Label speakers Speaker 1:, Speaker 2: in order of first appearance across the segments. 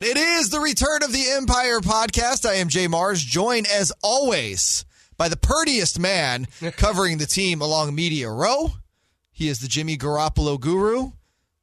Speaker 1: It is the Return of the Empire podcast. I am Jay Mars, joined as always by the purtiest man covering the team along Media Row. He is the Jimmy Garoppolo guru,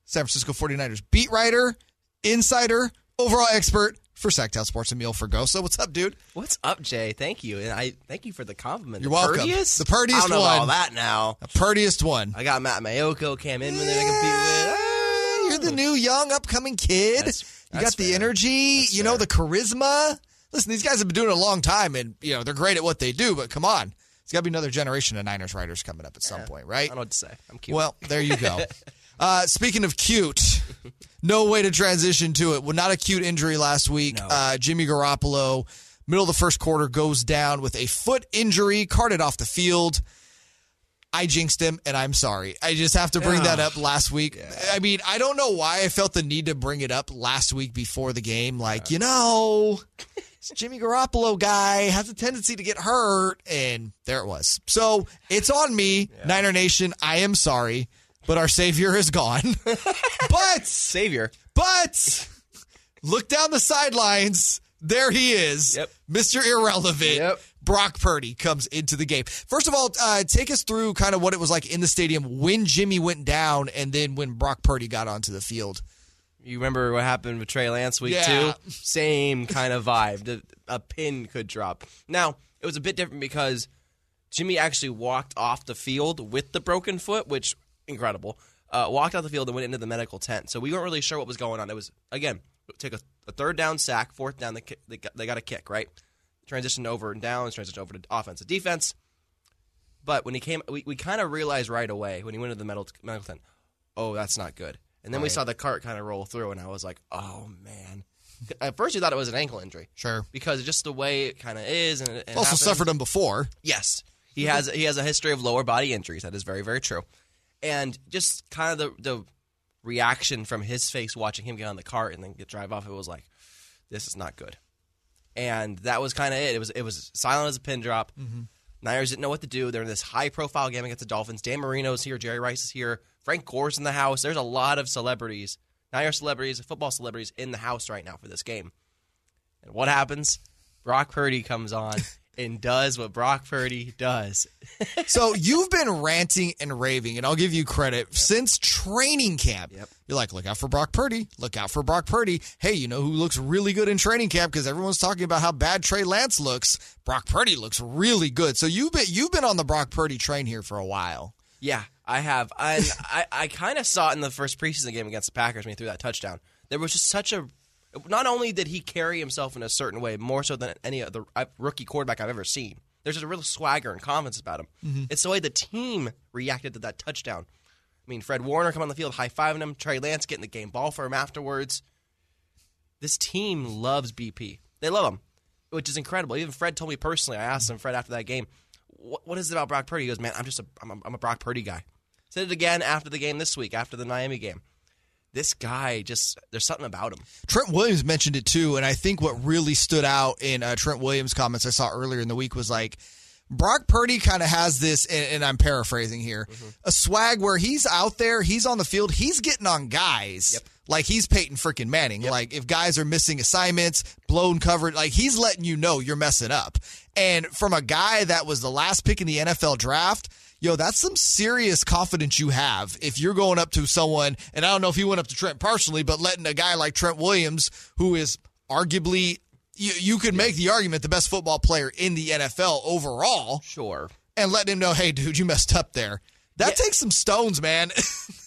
Speaker 1: San Francisco 49ers beat writer, insider, overall expert for Sacktown Sports, Emil Fergoso. What's up, dude?
Speaker 2: What's up, Jay? Thank you, and I thank you for the compliment.
Speaker 1: You're
Speaker 2: the
Speaker 1: welcome.
Speaker 2: Purtiest?
Speaker 1: The purtiest
Speaker 2: I don't know about
Speaker 1: one.
Speaker 2: all that now.
Speaker 1: The purtiest one.
Speaker 2: I got Matt Mayoko, Cam Inman that I
Speaker 1: Yeah,
Speaker 2: compete
Speaker 1: You're
Speaker 2: with.
Speaker 1: the new young upcoming kid.
Speaker 2: That's-
Speaker 1: you
Speaker 2: that's
Speaker 1: got the
Speaker 2: fair.
Speaker 1: energy,
Speaker 2: That's
Speaker 1: you know,
Speaker 2: fair.
Speaker 1: the charisma. Listen, these guys have been doing it a long time and you know, they're great at what they do, but come on. It's gotta be another generation of Niners writers coming up at some point,
Speaker 2: I
Speaker 1: right?
Speaker 2: don't know what to say. I'm cute.
Speaker 1: Well, there you go. uh, speaking of cute, no way to transition to it. Well, not a cute injury last week.
Speaker 2: No.
Speaker 1: Uh, Jimmy Garoppolo, middle of the first quarter, goes down with a foot injury, carted off the field. I jinxed him, and I'm sorry. I just have to bring that up last week. I mean, I don't know why I felt the need to bring it up last week before the game. Like, you know, this Jimmy Garoppolo guy has a tendency to get hurt, and there it was. So it's on me, Niner Nation. I am sorry, but our savior is gone. but
Speaker 2: Savior.
Speaker 1: but look down the sidelines. There he is,
Speaker 2: Yep.
Speaker 1: Mr. Irrelevant.
Speaker 2: Yep.
Speaker 1: Brock Purdy comes into the game. First of all, uh, take us through kind of what it was like in the stadium when Jimmy went down, and then when Brock Purdy got onto the field.
Speaker 2: You remember what happened with Trey Lance week
Speaker 1: Yeah.
Speaker 2: two? Same kind of vibe. The- A pin could drop. Now it was a bit different because Jimmy actually walked off the field with the broken foot, which incredible. Uh, walked off the field and went into the medical tent. So we weren't really sure what was going on. It was again take a, a third down sack, fourth down. They, ki- they got, they got a kick right. Transition over and downs. Transition over to offense and defense. But when he came, we, we kind of realized right away when he went to the medical, medical tent, oh, that's not good. And then we saw the cart kind of roll through, and I was like, oh, man. At first, you thought it was an ankle injury.
Speaker 1: Sure.
Speaker 2: Because just the way it kind of is. and it, it
Speaker 1: Also
Speaker 2: happens.
Speaker 1: suffered him before.
Speaker 2: Yes, he has. He has a history of lower body injuries. That is very, very true. And just kind of the the reaction from his face watching him get on the cart and then get drive off. It was like, this is not good. And that was kind of it. It was it was silent as a pin drop. Niners didn't know what to do. They're in this high profile game against the Dolphins. Dan Marino's here. Jerry Rice is here. Frank Gore's in the house. There's a lot of celebrities, Niners celebrities, football celebrities in the house right now for this game. And what happens? Brock Purdy comes on and does what Brock Purdy does.
Speaker 1: So you've been ranting and raving, and I'll give you credit since training camp.
Speaker 2: Yep.
Speaker 1: You're like, look out for Brock Purdy. Look out for Brock Purdy. Hey, you know who looks really good in training camp because everyone's talking about how bad Trey Lance looks. Brock Purdy looks really good. So you've been you've been on the Brock Purdy train here for a while.
Speaker 2: Yeah, I have. And I, I kind of saw it in the first preseason game against the Packers when he threw that touchdown. There was just such a. Not only did he carry himself in a certain way, more so than any other uh, rookie quarterback I've ever seen, there's just a real swagger and confidence about him. It's the way the team reacted to that touchdown. I mean, Fred Warner coming on the field, high fiving him, Trey Lance getting the game ball for him afterwards. This team loves BP. They love him, which is incredible. Even Fred told me personally. I asked him, Fred, after that game, what, what is it about Brock Purdy? He goes, man, I'm just a, I'm a, I'm a Brock Purdy guy. Said it again after the game this week, after the Miami game. This guy just, there's something about him.
Speaker 1: Trent Williams mentioned it too, and I think what really stood out in uh, Trent Williams' comments I saw earlier in the week was like Brock Purdy kind of has this, and, and I'm paraphrasing here, a swag where he's out there, he's on the field, he's getting on guys.
Speaker 2: Yep.
Speaker 1: Like he's Peyton freaking Manning. Like if guys are missing assignments, blown coverage, like he's letting you know you're messing up. And from a guy that was the last pick in the NFL draft, yo, that's some serious confidence you have if you're going up to someone. And I don't know if he went up to Trent personally, but letting a guy like Trent Williams, who is arguably, you, you could make the argument the best football player in the NFL overall,
Speaker 2: Sure.
Speaker 1: and letting him know, hey, dude, you messed up there. That takes some stones, man.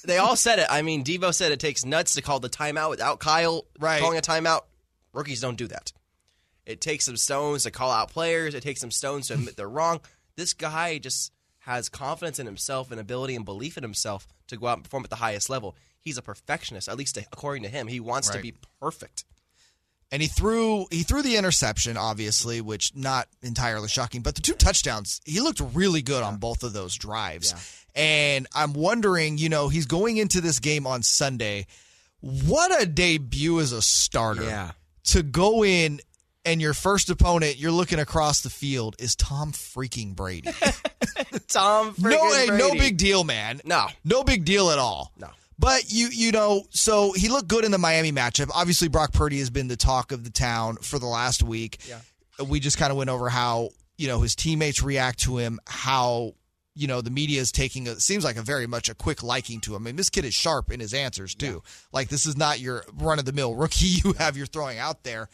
Speaker 2: They all said it. I mean, Devo said it takes nuts to call the timeout without Kyle
Speaker 1: Right.
Speaker 2: calling a timeout. Rookies don't do that. It takes some stones to call out players. It takes some stones to admit they're wrong. This guy just has confidence in himself and ability and belief in himself to go out and perform at the highest level. He's a perfectionist, at least according to him. He wants to
Speaker 1: Right.
Speaker 2: be perfect.
Speaker 1: and he threw he threw the interception obviously which not entirely shocking but the two touchdowns he looked really good on both of those drives and i'm wondering you know he's going into this game on sunday what a debut as a starter
Speaker 2: Yeah.
Speaker 1: to go in and your first opponent you're looking across the field is tom freaking brady
Speaker 2: Tom,
Speaker 1: no
Speaker 2: friggin'
Speaker 1: hey, no
Speaker 2: Brady.
Speaker 1: big deal man
Speaker 2: no.
Speaker 1: no big deal at all
Speaker 2: No.
Speaker 1: But you you know, so he looked good in the Miami matchup. Obviously, Brock Purdy has been the talk of the town for the last week. Yeah. We just kind of went over how you know his teammates react to him, how you know the media is taking a, it seems like a very much a quick liking to him. I mean, this kid is sharp in his answers too. Like this is not your run of the mill rookie you have you're throwing out there.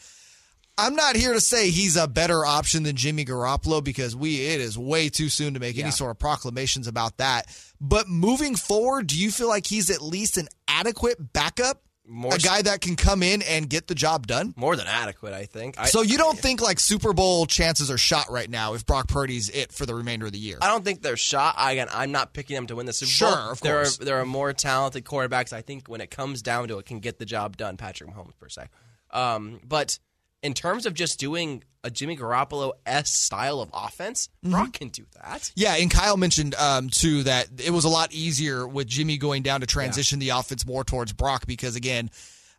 Speaker 1: I'm not here to say he's a better option than Jimmy Garoppolo because we it is way too soon to make any sort of proclamations about that. But moving forward, do you feel like he's at least an adequate backup?
Speaker 2: More
Speaker 1: a
Speaker 2: so-
Speaker 1: guy that can come in and get the job done?
Speaker 2: More than adequate, I think. I,
Speaker 1: So you don't think like Super Bowl chances are shot right now if Brock Purdy's it for the remainder of the year?
Speaker 2: I don't think they're shot. I, again, I'm not picking them to win the Super Bowl.
Speaker 1: Sure, of
Speaker 2: there
Speaker 1: course.
Speaker 2: Are, there are more talented quarterbacks. I think when it comes down to it, can get the job done. Patrick Mahomes per se. Um, but in terms of just doing a Jimmy Garoppolo s style of offense,
Speaker 1: Mm-hmm.
Speaker 2: Brock can do that.
Speaker 1: Yeah, and Kyle mentioned um, too that it was a lot easier with Jimmy going down to transition the offense more towards Brock because again,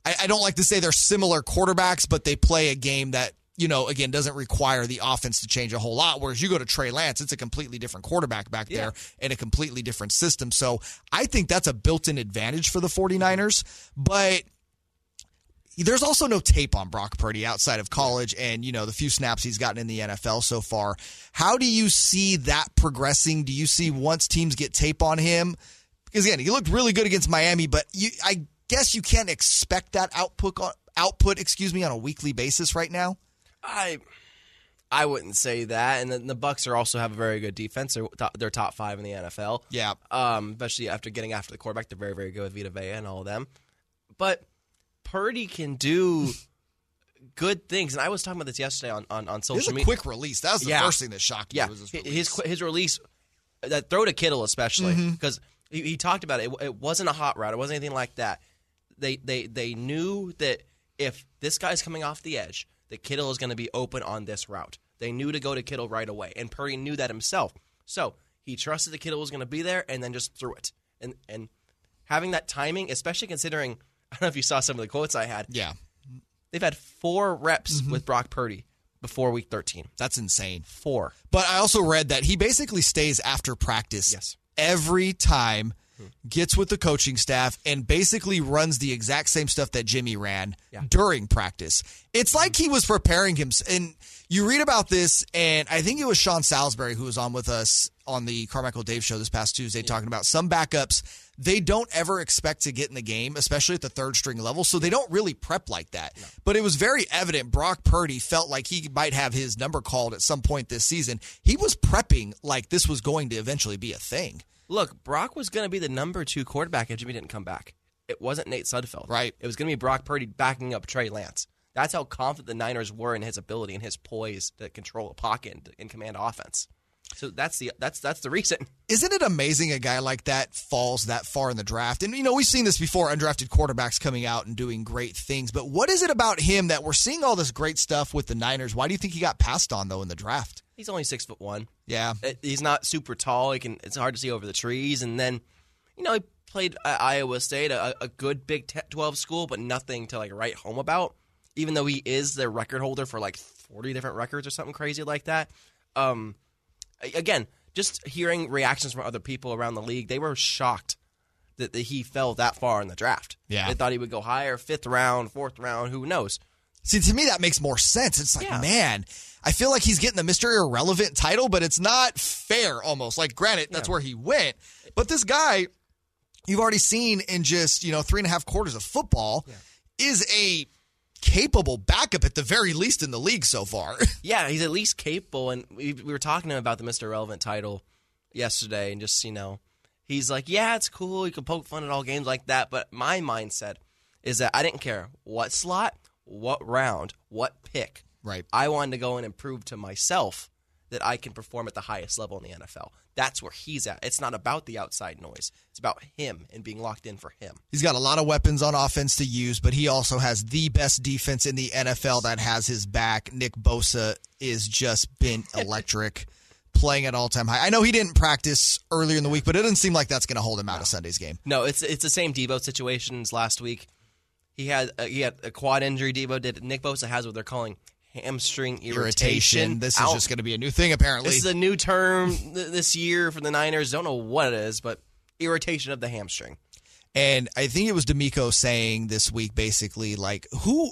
Speaker 1: I, I don't like to say they're similar quarterbacks, but they play a game that you know again doesn't require the offense to change a whole lot. Whereas you go to Trey Lance, it's a completely different quarterback back there and a completely different system. So I think that's a built-in advantage for the 49ers, but there's also no tape on Brock Purdy outside of college and you know the few snaps he's gotten in the NFL so far. How do you see that progressing? Do you see once teams get tape on him? Because again, he looked really good against Miami, but you, I guess you can't expect that output on, output, excuse me, on a weekly basis right now.
Speaker 2: I I wouldn't say that. And then the Bucks are also have a very good defense. They're top, they're top five in the NFL.
Speaker 1: Yeah.
Speaker 2: Um, especially after getting after the quarterback, they're very very good with Vita Vea and all of them. But Purdy can do good things, and I was talking about this yesterday on on, on
Speaker 1: This is
Speaker 2: social
Speaker 1: a
Speaker 2: media.
Speaker 1: quick release. That was the
Speaker 2: Yeah.
Speaker 1: first thing that shocked me.
Speaker 2: yeah,
Speaker 1: was his
Speaker 2: hi-
Speaker 1: release. Mm-hmm.
Speaker 2: his qu- his release that throw to Kittle especially because he, he talked about it. it. It wasn't a hot route. It wasn't anything like that. They they they knew that if this guy's coming off the edge, that Kittle is going to be open on this route. They knew to go to Kittle right away, and Purdy knew that himself. So he trusted that Kittle was going to be there, and then just threw it. And and having that timing, especially considering I don't know if you saw some of the quotes I had.
Speaker 1: yeah,
Speaker 2: They've had four reps
Speaker 1: Mm-hmm.
Speaker 2: with Brock Purdy before Week 13.
Speaker 1: that's insane.
Speaker 2: Four.
Speaker 1: But I also read that he basically stays after practice
Speaker 2: Yes.
Speaker 1: every time, gets with the coaching staff, and basically runs the exact same stuff that Jimmy ran during practice. It's like he was preparing him. And you read about this, and I think it was Sean Salisbury who was on with us on the Carmichael Dave show this past Tuesday talking about some backups. They don't ever expect to get in the game, especially at the third string level. So they don't really prep like that. But it was very evident Brock Purdy felt like he might have his number called at some point this season. He was prepping like this was going to eventually be a thing.
Speaker 2: Look, Brock was going to be the number two quarterback if Jimmy didn't come back. It wasn't Nate Sudfeld.
Speaker 1: Right.
Speaker 2: It was going to be Brock Purdy backing up Trey Lance. That's how confident the Niners were in his ability and his poise to control a pocket and, and command offense. So that's the that's that's the reason.
Speaker 1: isn't it amazing a guy like that falls that far in the draft? And you know, we've seen this before undrafted quarterbacks coming out and doing great things, but what is it about him that we're seeing all this great stuff with the Niners? Why do you think he got passed on though in the draft?
Speaker 2: He's only six foot one.
Speaker 1: Yeah.
Speaker 2: it, Uh, he's not super tall. He can. It's hard to see over the trees. And then, you know, he played at Iowa State, a, a good Big Te- Twelve school, but nothing to like write home about. Even though he is the record holder for like forty different records or something crazy like that. Um, a- again, just hearing reactions from other people around the league, they were shocked that, that he fell that far in the draft.
Speaker 1: Yeah.
Speaker 2: they thought he would go higher, fifth round, fourth round. Who knows?
Speaker 1: See, to me that makes more sense. It's like,
Speaker 2: Yeah.
Speaker 1: man, I feel like he's getting the Mr. Irrelevant title, but it's not fair almost. Like, granted, that's where he went. But this guy, you've already seen in just, you know, three and a half quarters of football is a capable backup at the very least in the league so far.
Speaker 2: Yeah, he's at least capable. And we, we were talking to him about the Mr. Relevant title yesterday, and just, you know, he's like, yeah, it's cool. You can poke fun at all games like that. But my mindset is that I didn't care what slot, what round, what pick.
Speaker 1: Right.
Speaker 2: I wanted to go in and prove to myself that I can perform at the highest level in the NFL. That's where he's at. It's not about the outside noise, it's about him and being locked in for him.
Speaker 1: He's got a lot of weapons on offense to use, but he also has the best defense in the NFL that has his back. Nick Bosa is just been electric, playing at all time high. I know he didn't practice earlier in the week, but it doesn't seem like that's going to hold him out of Sunday's game.
Speaker 2: No, it's it's the same Debo situations last week. He had a, he had a quad injury. Debo did. Nick Bosa has what they're calling hamstring irritation.
Speaker 1: Irritation. This is
Speaker 2: Ow.
Speaker 1: just going to be a new thing, apparently.
Speaker 2: this is a new term th- this year for the Niners. Don't know what it is, but irritation of the hamstring.
Speaker 1: And I think it was D'Amico saying this week basically like who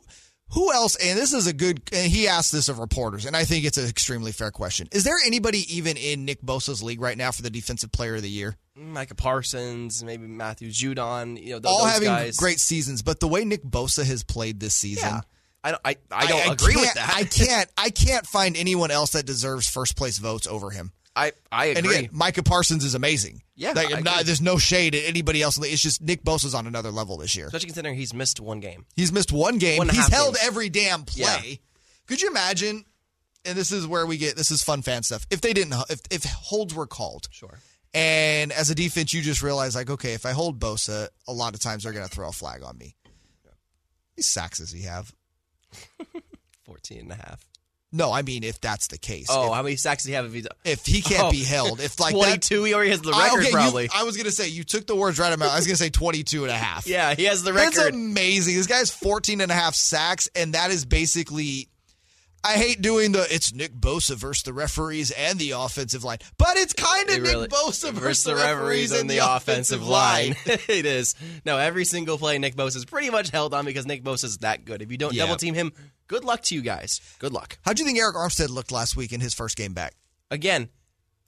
Speaker 1: who else and this is a good and he asked this of reporters and I think it's an extremely fair question. Is there anybody even in Nick Bosa's league right now for the defensive player of the year?
Speaker 2: Micah Parsons, maybe Matthew Judon, you know, th-
Speaker 1: All
Speaker 2: those
Speaker 1: having
Speaker 2: guys.
Speaker 1: great seasons, but the way Nick Bosa has played this season,
Speaker 2: Yeah. I don't, I, I don't agree with
Speaker 1: can't-
Speaker 2: that.
Speaker 1: I can't I can't find anyone else that deserves first place votes over him.
Speaker 2: I, I
Speaker 1: And
Speaker 2: agree.
Speaker 1: again, Micah Parsons is amazing.
Speaker 2: Yeah,
Speaker 1: Like,
Speaker 2: I
Speaker 1: I'm not-
Speaker 2: agree.
Speaker 1: there's no shade at anybody else. It's just Nick Bosa's on another level this year.
Speaker 2: Especially considering he's missed one game.
Speaker 1: He's missed one game.
Speaker 2: One and a
Speaker 1: He's
Speaker 2: half
Speaker 1: held
Speaker 2: games.
Speaker 1: every damn play.
Speaker 2: Yeah.
Speaker 1: Could you imagine? And this is where we get this is fun fan stuff. If they didn't, if if holds were called,
Speaker 2: Sure.
Speaker 1: and as a defense, you just realize like, okay, if I hold Bosa, a lot of times they're going to throw a flag on me. These sacks does he have?
Speaker 2: 14 and a half.
Speaker 1: No, I mean if that's the case.
Speaker 2: Oh, how many sacks does he have if he's
Speaker 1: If, if he can't
Speaker 2: Oh.
Speaker 1: be held, if like that,
Speaker 2: 22? He already has the
Speaker 1: I-
Speaker 2: record,
Speaker 1: okay, you-
Speaker 2: probably.
Speaker 1: I was going to say you took the words right out of my mouth. I was going to say 22 and a half.
Speaker 2: yeah, he has the
Speaker 1: That's
Speaker 2: record.
Speaker 1: amazing. This guy's 14 and a half sacks, and that is basically. I hate doing the it's Nick Bosa versus the referees and the offensive line, but it's kind of
Speaker 2: It really-
Speaker 1: Nick Bosa versus the referees and
Speaker 2: and the offensive line. it is. No, every single play Nick Bosa is pretty much held on because Nick Bosa is that good. If you don't
Speaker 1: Yeah.
Speaker 2: double team him, good luck to you guys. Good luck.
Speaker 1: How do you think Eric Armstead looked last week in his first game back?
Speaker 2: Again,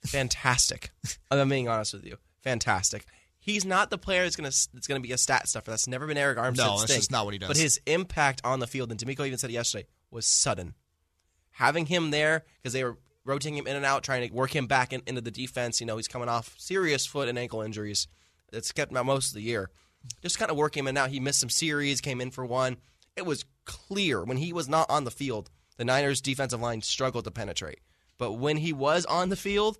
Speaker 2: fantastic. I'm being honest with you. Fantastic. He's not the player that's gonna that's gonna be a stat stuffer. That's never been Eric Armstead's
Speaker 1: No, that's
Speaker 2: thing.
Speaker 1: just not what he does.
Speaker 2: But his impact on the field, and D'Amico even said it yesterday, was sudden. Having him there because they were rotating him in and out, trying to work him back in, into the defense. You know, he's coming off serious foot and ankle injuries that's kept him out most of the year. Just kind of working him in and out. He missed some series, came in for one. It was clear when he was not on the field, the Niners' defensive line struggled to penetrate. But when he was on the field,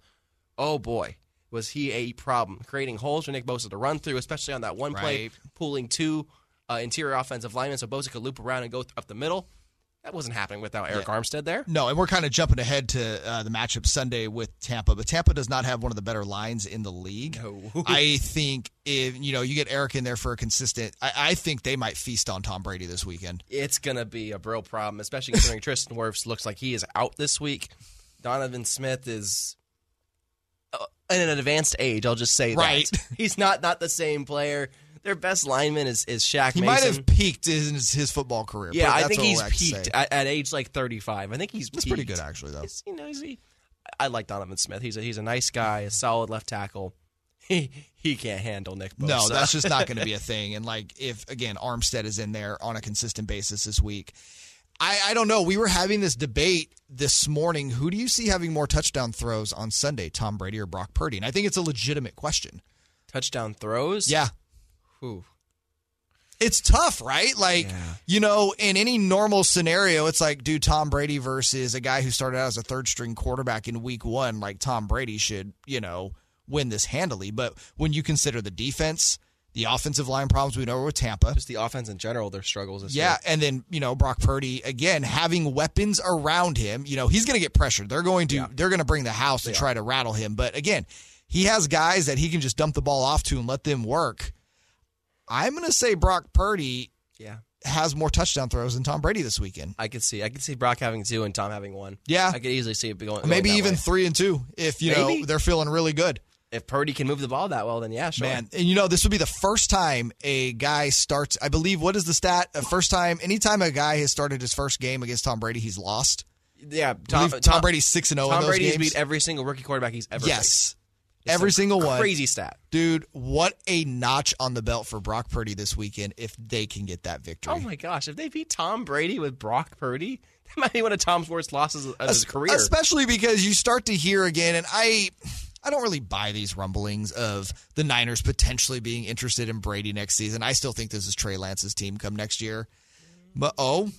Speaker 2: oh boy, was he a problem creating holes for Nick Bosa to run through, especially on that one play,
Speaker 1: Right.
Speaker 2: pulling two uh, interior offensive linemen so Bosa could loop around and go th- up the middle. That wasn't happening without Eric Armstead there.
Speaker 1: No, and we're kind of jumping ahead to uh, the matchup Sunday with Tampa, but Tampa does not have one of the better lines in the league.
Speaker 2: No.
Speaker 1: I think if you know you get Eric in there for a consistent, I, I think they might feast on Tom Brady this weekend.
Speaker 2: It's gonna be a real problem, especially considering Tristan Wirfs looks like he is out this week. Donovan Smith is uh, in an advanced age. I'll just say
Speaker 1: Right.
Speaker 2: that he's not not the same player. Their best lineman is is Shaq.
Speaker 1: He
Speaker 2: Mason.
Speaker 1: might have peaked in his, his football career.
Speaker 2: Yeah,
Speaker 1: but
Speaker 2: I
Speaker 1: that's
Speaker 2: think
Speaker 1: what
Speaker 2: he's
Speaker 1: I like to say.
Speaker 2: peaked at, at age like 35. I think he's
Speaker 1: That's
Speaker 2: peaked.
Speaker 1: pretty good actually, though.
Speaker 2: He's- you know, he's- he- I like Donovan Smith. He's a, he's a nice guy, a solid left tackle. He he can't handle Nick Bosa.
Speaker 1: No, that's just not going to be a thing. And like, if again Armstead is in there on a consistent basis this week, I, I don't know. We were having this debate this morning. Who do you see having more touchdown throws on Sunday, Tom Brady or Brock Purdy? And I think it's a legitimate question.
Speaker 2: touchdown throws.
Speaker 1: Yeah,
Speaker 2: Whew.
Speaker 1: it's tough, right? Like,
Speaker 2: Yeah.
Speaker 1: you know, in any normal scenario, it's like, dude, Tom Brady versus a guy who started out as a third string quarterback in week one, like Tom Brady should, you know, win this handily. But when you consider the defense, the offensive line problems we know were with Tampa.
Speaker 2: just the offense in general, their struggles. This
Speaker 1: Yeah,
Speaker 2: year.
Speaker 1: and then you know Brock Purdy again having weapons around him. You know he's going to get pressured. They're going to they're going to bring the house to try to rattle him. But again, he has guys that he can just dump the ball off to and let them work. I'm going to say Brock Purdy
Speaker 2: yeah.
Speaker 1: has more touchdown throws than Tom Brady this weekend.
Speaker 2: I could see I could see Brock having two and Tom having one.
Speaker 1: Yeah.
Speaker 2: I could easily see it going. going
Speaker 1: Maybe
Speaker 2: that
Speaker 1: even
Speaker 2: way.
Speaker 1: three and two if you know
Speaker 2: Maybe.
Speaker 1: they're feeling really good.
Speaker 2: if Purdy can move the ball that well, then yeah, sure.
Speaker 1: Man, and you know this would be the first time a guy starts. I believe what is the stat? The first time, anytime a guy has started his first game against Tom Brady, he's lost.
Speaker 2: yeah.
Speaker 1: I
Speaker 2: Tom,
Speaker 1: believe Tom, Brady's six and zero. in
Speaker 2: Tom
Speaker 1: those
Speaker 2: Brady's
Speaker 1: games.
Speaker 2: beat every single rookie quarterback he's ever.
Speaker 1: Yes.
Speaker 2: faced. It's
Speaker 1: Every
Speaker 2: a
Speaker 1: single one.
Speaker 2: Crazy stat.
Speaker 1: Dude, what a notch on the belt for Brock Purdy this weekend if they can get that victory.
Speaker 2: Oh my gosh! If they beat Tom Brady with Brock Purdy, that might be one of Tom's worst losses of
Speaker 1: Es-
Speaker 2: his career.
Speaker 1: Especially because you start to hear again and I I don't really buy these rumblings of the Niners potentially being interested in Brady next season. I still think this is Trey Lance's team come next year. But oh,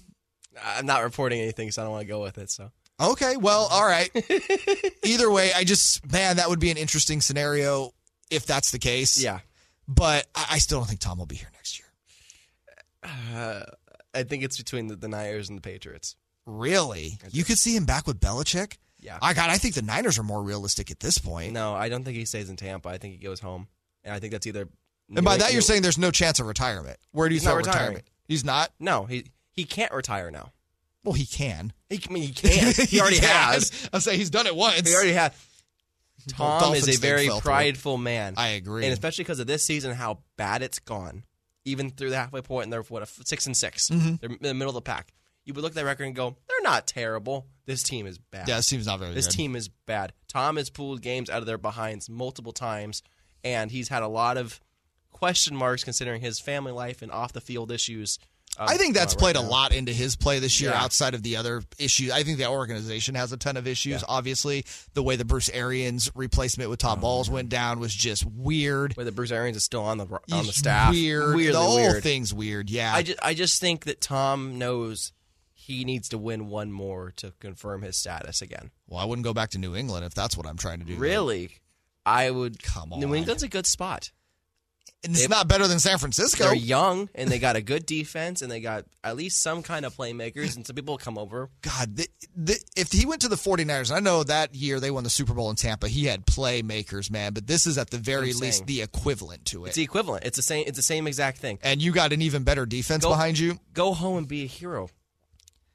Speaker 2: I'm not reporting anything, so I don't want to go with it. So
Speaker 1: Okay, well, all right. Either way, I just man, that would be an interesting scenario if that's the case.
Speaker 2: yeah,
Speaker 1: But I, I still don't think Tom will be here next year.
Speaker 2: Uh, I think it's between the, the Niners and the Patriots.
Speaker 1: Really? You could see him back with Belichick?
Speaker 2: Yeah.
Speaker 1: I God, I think the Niners are more realistic at this point.
Speaker 2: No, I don't think he stays in Tampa. I think he goes home, and I think that's either.
Speaker 1: and by that, you're saying there's no chance of retirement. Where do you
Speaker 2: He's not
Speaker 1: throw
Speaker 2: retiring.
Speaker 1: retirement? He's not.
Speaker 2: no. He he can't retire now.
Speaker 1: Well, he can.
Speaker 2: He, I mean, he can. He already
Speaker 1: can.
Speaker 2: has.
Speaker 1: I say he's done it once.
Speaker 2: He already has. Tom
Speaker 1: Dolphins
Speaker 2: is a
Speaker 1: thing
Speaker 2: very
Speaker 1: fell through.
Speaker 2: prideful man.
Speaker 1: I agree.
Speaker 2: And especially because of this season, how bad it's gone. Even through the halfway point, and they're what a f- six and 6
Speaker 1: Mm-hmm.
Speaker 2: they They're in the middle of the pack. You would look at that record and go, "They're not terrible. This team is bad.
Speaker 1: Yeah, this team's not very
Speaker 2: this
Speaker 1: good.
Speaker 2: team is bad." Tom has pulled games out of their behinds multiple times, and he's had a lot of question marks considering his family life and off the field issues. um,
Speaker 1: I think that's
Speaker 2: right
Speaker 1: played a
Speaker 2: now.
Speaker 1: lot into his play this year
Speaker 2: Yeah.
Speaker 1: outside of the other issues. I think the organization has a ton of issues. Obviously, the way the Bruce Arians replacement with
Speaker 2: Oh,
Speaker 1: Todd Balls went down was just weird.
Speaker 2: Whether Bruce Arians is still on the on
Speaker 1: He's
Speaker 2: the staff,
Speaker 1: Weird.
Speaker 2: Weirdly
Speaker 1: the whole
Speaker 2: weird.
Speaker 1: thing's weird. Yeah.
Speaker 2: I just, I just think that Tom knows he needs to win one more to confirm his status again.
Speaker 1: well, I wouldn't go back to New England if that's what I'm trying to do.
Speaker 2: Really, I would.
Speaker 1: Come
Speaker 2: New
Speaker 1: on.
Speaker 2: England's a good spot.
Speaker 1: And it's not better than San Francisco.
Speaker 2: They're young and they got a good defense and they got at least some kind of playmakers and some people come over.
Speaker 1: God, th th if he went to the 49ers, I know that year they won the Super Bowl in Tampa. He had playmakers, man, but this is at the very
Speaker 2: I'm
Speaker 1: least
Speaker 2: saying.
Speaker 1: the equivalent to it.
Speaker 2: It's the equivalent. It's the same. It's the same exact thing.
Speaker 1: and you got an even better defense
Speaker 2: Go-
Speaker 1: behind you.
Speaker 2: Go home and be a hero.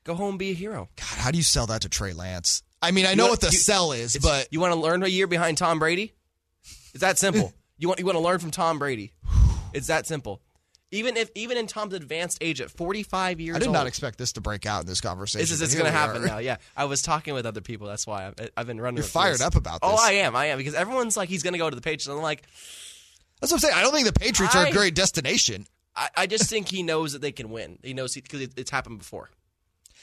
Speaker 2: Go home and be a hero.
Speaker 1: God, how do you sell that to Trey Lance? I mean, I know
Speaker 2: want-
Speaker 1: what the
Speaker 2: you-
Speaker 1: sell is, but
Speaker 2: You want to learn a year behind Tom Brady? It's that simple. you want you want to learn from Tom Brady. It's that simple. Even if even in Tom's advanced age at 45 years
Speaker 1: I did
Speaker 2: old.
Speaker 1: not expect this to break out in this conversation.
Speaker 2: this is
Speaker 1: but
Speaker 2: it's
Speaker 1: here
Speaker 2: going to
Speaker 1: we
Speaker 2: happen
Speaker 1: are.
Speaker 2: now. Yeah. I was talking with other people. That's why I've, I've been running
Speaker 1: You're
Speaker 2: with
Speaker 1: fired
Speaker 2: this.
Speaker 1: up about this.
Speaker 2: Oh, I am. I am because everyone's like he's going to go to the Patriots. and I'm like
Speaker 1: That's what I'm saying. I don't think the Patriots are a
Speaker 2: I-
Speaker 1: great destination. I,
Speaker 2: I, I just think he knows that they can win. He knows because it, it's happened before.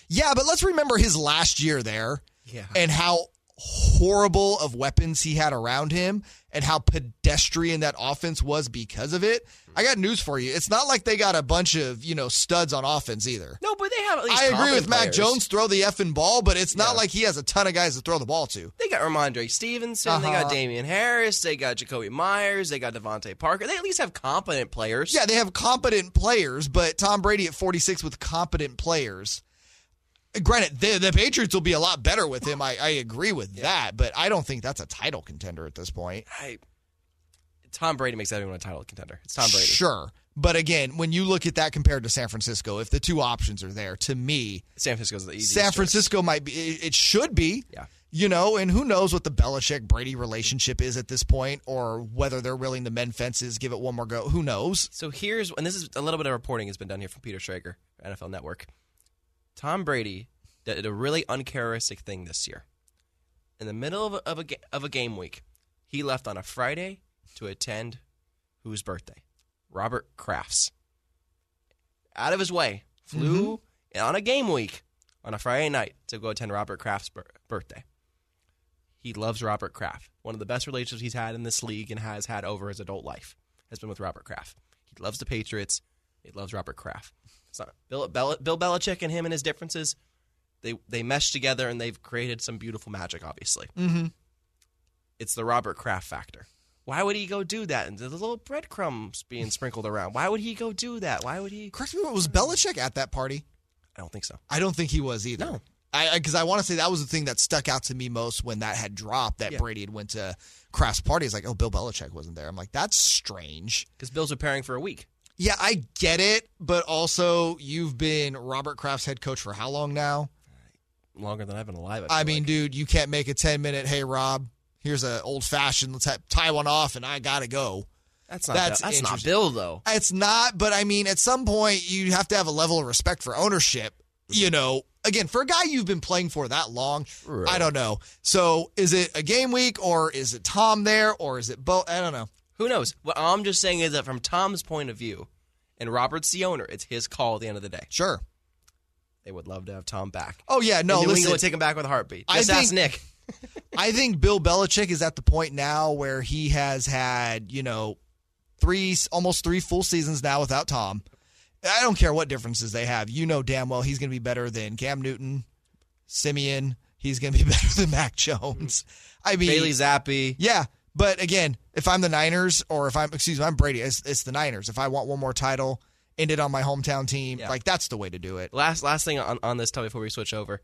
Speaker 1: yeah, but let's remember his last year there
Speaker 2: Yeah.
Speaker 1: and how horrible of weapons he had around him and how pedestrian that offense was because of it. I got news for you. It's not like they got a bunch of, you know, studs on offense either.
Speaker 2: No, but they have at least
Speaker 1: I agree
Speaker 2: competent
Speaker 1: with Mac
Speaker 2: players.
Speaker 1: Jones throw the effing ball, but it's not
Speaker 2: Yeah.
Speaker 1: like he has a ton of guys to throw the ball to.
Speaker 2: They got Ramondre Stevenson. They
Speaker 1: Uh-huh.
Speaker 2: got Damian Harris. They got Jacoby Myers. They got Devontae Parker. They at least have competent players.
Speaker 1: Yeah, they have competent players, but Tom Brady at 46 with competent players. Granted, the, the Patriots will be a lot better with him. I, I agree with that, but I don't think that's a title contender at this point.
Speaker 2: I, Tom Brady makes everyone a title contender. It's Tom Brady.
Speaker 1: Sure. But again, when you look at that compared to San Francisco, if the two options are there, to me,
Speaker 2: San Francisco's the easiest.
Speaker 1: San
Speaker 2: choice.
Speaker 1: Francisco might be, it, it should be.
Speaker 2: Yeah.
Speaker 1: You know, and who knows what the Belichick Brady relationship is at this point or whether they're willing to mend fences, give it one more go. Who knows?
Speaker 2: So here's, and this is a little bit of reporting has been done here from Peter Schrager, NFL Network. Tom Brady did a really uncharacteristic thing this year. In the middle of a, of a, ga- of a game week, he left on a Friday to attend whose birthday? Robert Kraft's. Out of his way, flew on a game week on a Friday night to go attend Robert Kraft's bir- birthday. He loves Robert Kraft. One of the best relationships he's had in this league and has had over his adult life has been with Robert Kraft. He loves the Patriots. He loves Robert Kraft. It's not Bill, Bel- Bill Belichick and him and his differences. They they mesh together and they've created some beautiful magic. Obviously,
Speaker 1: Mm-hmm.
Speaker 2: it's the Robert Kraft factor. Why would he go do that? And there's little breadcrumbs being sprinkled around. Why would he go do that? Why would he?
Speaker 1: Correct me, if- was Belichick at that party?
Speaker 2: I don't think so.
Speaker 1: I don't think he was either.
Speaker 2: No.
Speaker 1: I because I, want to say that was the thing that stuck out to me most when that had dropped that
Speaker 2: Yeah.
Speaker 1: Brady had went to Kraft's party. It's like, oh, Bill Belichick wasn't there. I'm like, that's strange.
Speaker 2: Because Bill's preparing for a week.
Speaker 1: Yeah, I get it, but also you've been Robert Kraft's head coach for how long now?
Speaker 2: Longer than I've been alive.
Speaker 1: I,
Speaker 2: feel
Speaker 1: mean,
Speaker 2: like.
Speaker 1: dude, you can't make a 10 minute. Hey, Rob, here's an old fashioned. Let's have, tie one off, and I gotta go.
Speaker 2: that's not
Speaker 1: that's
Speaker 2: that's, that's not
Speaker 1: interesting.
Speaker 2: Bill though.
Speaker 1: It's not, but I mean, at some point, you have to have a level of respect for ownership. You know, again, for a guy you've been playing for that long,
Speaker 2: True.
Speaker 1: I don't know. So, is it a game week, or is it Tom there, or is it Bo? I don't know.
Speaker 2: Who knows? What I'm just saying is that from Tom's point of view, and Robert's the owner, it's his call at the end of the day.
Speaker 1: Sure.
Speaker 2: They would love to have Tom back.
Speaker 1: Oh yeah, no.
Speaker 2: and New England
Speaker 1: Listen,
Speaker 2: would take him back with a heartbeat.
Speaker 1: I
Speaker 2: Just
Speaker 1: think-
Speaker 2: ask Nick.
Speaker 1: I think Bill Belichick is at the point now where he has had you know three almost three full seasons now without Tom. I don't care what differences they have. You know damn well he's going to be better than Cam Newton, Simeon. He's going to be better than Mac Jones. I mean,
Speaker 2: Bailey Zappi.
Speaker 1: Yeah, but again, if I'm the Niners or if I'm excuse me, I'm Brady. It's, it's the Niners. If I want one more title, end it on my hometown team.
Speaker 2: Yeah.
Speaker 1: Like that's the way to do it.
Speaker 2: Last last thing on, on this, tell before we switch over.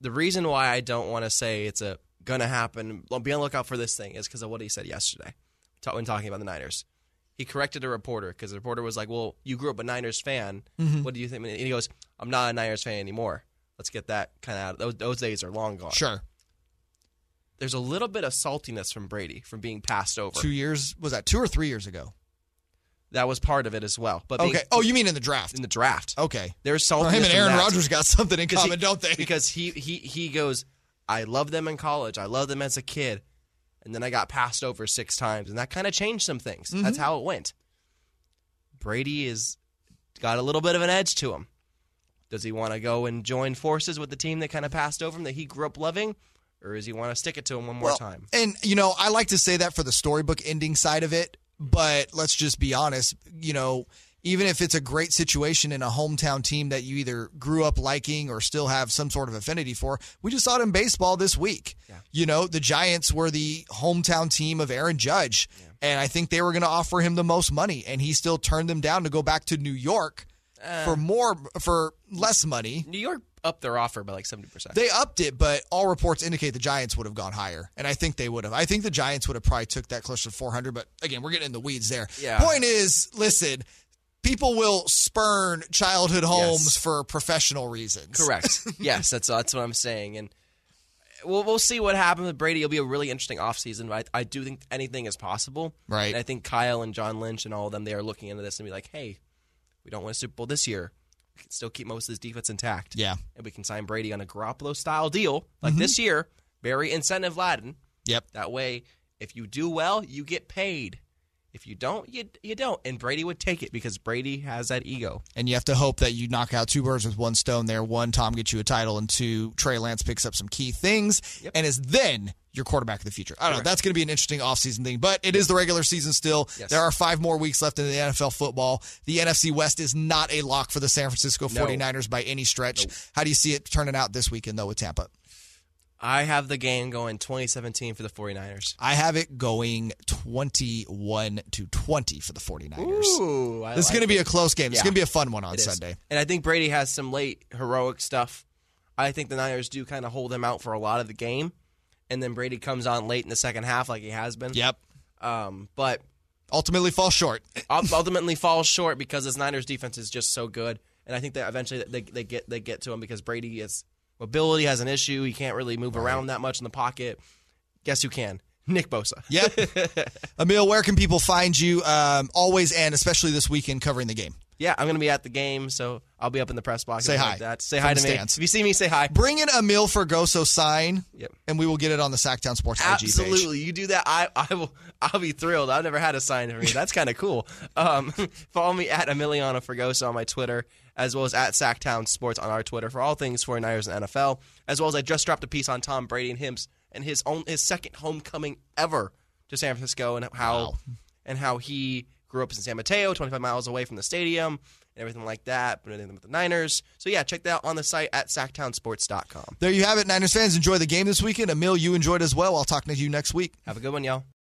Speaker 2: The reason why I don't want to say it's a gonna happen, well, be on the lookout for this thing, is because of what he said yesterday ta- when talking about the Niners. He corrected a reporter because the reporter was like, "Well, you grew up a Niners fan.
Speaker 1: Mm-hmm.
Speaker 2: What do you think?" And he goes, "I'm not a Niners fan anymore. Let's get that kind of out. Those, those days are long gone."
Speaker 1: Sure.
Speaker 2: there's a little bit of saltiness from Brady from being passed over.
Speaker 1: Two years was that two or three years ago?
Speaker 2: That was part of it as well. But being
Speaker 1: Okay. Oh, you mean in the draft?
Speaker 2: in the draft,
Speaker 1: Okay.
Speaker 2: there's saltiness.
Speaker 1: Well, him and
Speaker 2: from
Speaker 1: Aaron
Speaker 2: that.
Speaker 1: Rodgers got something in
Speaker 2: Because he-
Speaker 1: common, don't they?
Speaker 2: Because he he he goes, I love them in college. I love them as a kid, and then I got passed over six times, and that kind of changed some things. That's how it went. Brady is got a little bit of an edge to him. Does he want to go and join forces with the team that kind of passed over him that he grew up loving, or does he want to stick it to him one more
Speaker 1: Well,
Speaker 2: time?
Speaker 1: And you know, I like to say that for the storybook ending side of it, but let's just be honest. You know, even if it's a great situation in a hometown team that you either grew up liking or still have some sort of affinity for, we just saw it in baseball this week. You know, the Giants were the hometown team of Aaron Judge, and I think they were going to offer him the most money, and he still turned them down to go back to New York.
Speaker 2: Uh.
Speaker 1: for more, for less money,
Speaker 2: New York upped their offer by like seventy percent.
Speaker 1: they upped it, but all reports indicate the Giants would have gone higher, and I think they would have. I think the Giants would have probably took that closer to 400. But again, we're getting in the weeds there.
Speaker 2: Yeah.
Speaker 1: Point is, listen, people will spurn childhood homes
Speaker 2: Yes.
Speaker 1: for professional reasons.
Speaker 2: Correct. yes, that's that's what I'm saying, and we'll we'll see what happens with Brady. It'll be a really interesting offseason, but I, I do think anything is possible.
Speaker 1: Right.
Speaker 2: And I think Kyle and John Lynch and all of them they are looking into this and be like, hey, we don't win a Super Bowl this year. We can still keep most of this defense intact.
Speaker 1: Yeah.
Speaker 2: and we can sign Brady on a Garoppolo style deal like this year, very incentive laden.
Speaker 1: Yep.
Speaker 2: That way, if you do well, you get paid. If you don't, you you don't. And Brady would take it because Brady has that ego.
Speaker 1: And you have to hope that you knock out two birds with one stone there. One, Tom gets you a title, and two, Trey Lance picks up some key things and is then your quarterback of the future. I don't know. That's going to be an interesting offseason thing, but it is the regular season still.
Speaker 2: Yes.
Speaker 1: There are five more weeks left in the NFL football. The NFC West is not a lock for the San Francisco 49ers by any stretch. How do you see it turning out this weekend, though, with Tampa?
Speaker 2: I have the game going 2017 for the 49ers.
Speaker 1: I have it going 21 to 20 for the 49ers.
Speaker 2: Ooh, I
Speaker 1: This is
Speaker 2: like
Speaker 1: going to be a close game. It's
Speaker 2: Yeah.
Speaker 1: going to be a fun one on
Speaker 2: this.
Speaker 1: Sunday.
Speaker 2: And I think Brady has some late heroic stuff. I think the Niners do kind of hold him out for a lot of the game, and then Brady comes on late in the second half like he has been.
Speaker 1: Yep.
Speaker 2: Um, but
Speaker 1: Ultimately, fall short.
Speaker 2: ul- ultimately falls short because this Niners defense is just so good, and I think that eventually they, they get they get to him because Brady is mobility has an issue. He can't really move around that much in the pocket. Guess who can? Nick Bosa.
Speaker 1: Yep. Emil, where can people find you um, always and especially this weekend covering the game?
Speaker 2: Yeah, I'm gonna be at the game, so I'll be up in the press box.
Speaker 1: Say
Speaker 2: and
Speaker 1: hi.
Speaker 2: Like that. Say
Speaker 1: From
Speaker 2: hi to
Speaker 1: the
Speaker 2: me.
Speaker 1: stands.
Speaker 2: If you see me, say hi.
Speaker 1: Bring in Emil Fergoso sign,
Speaker 2: Yep.
Speaker 1: and we will get it on the Sacktown Sports IG page.
Speaker 2: Absolutely, you do that. I, I will. I'll be thrilled. I've never had a sign for me. That's kind of cool. Um, follow me at Emiliano Fergoso on my Twitter, as well as at Sacktown Sports on our Twitter for all things 49ers and NFL. As well as I just dropped a piece on Tom Brady and him and his own his second homecoming ever to San Francisco and how
Speaker 1: Wow.
Speaker 2: and how he grew up in San Mateo, 25 miles away from the stadium. And everything like that, but with the Niners. So yeah, check that out on the site at sacktownsports.com.
Speaker 1: There you have it, Niners fans. Enjoy the game this weekend. Emil, you enjoyed as well. I'll talk to you next week.
Speaker 2: Have a good one, y'all.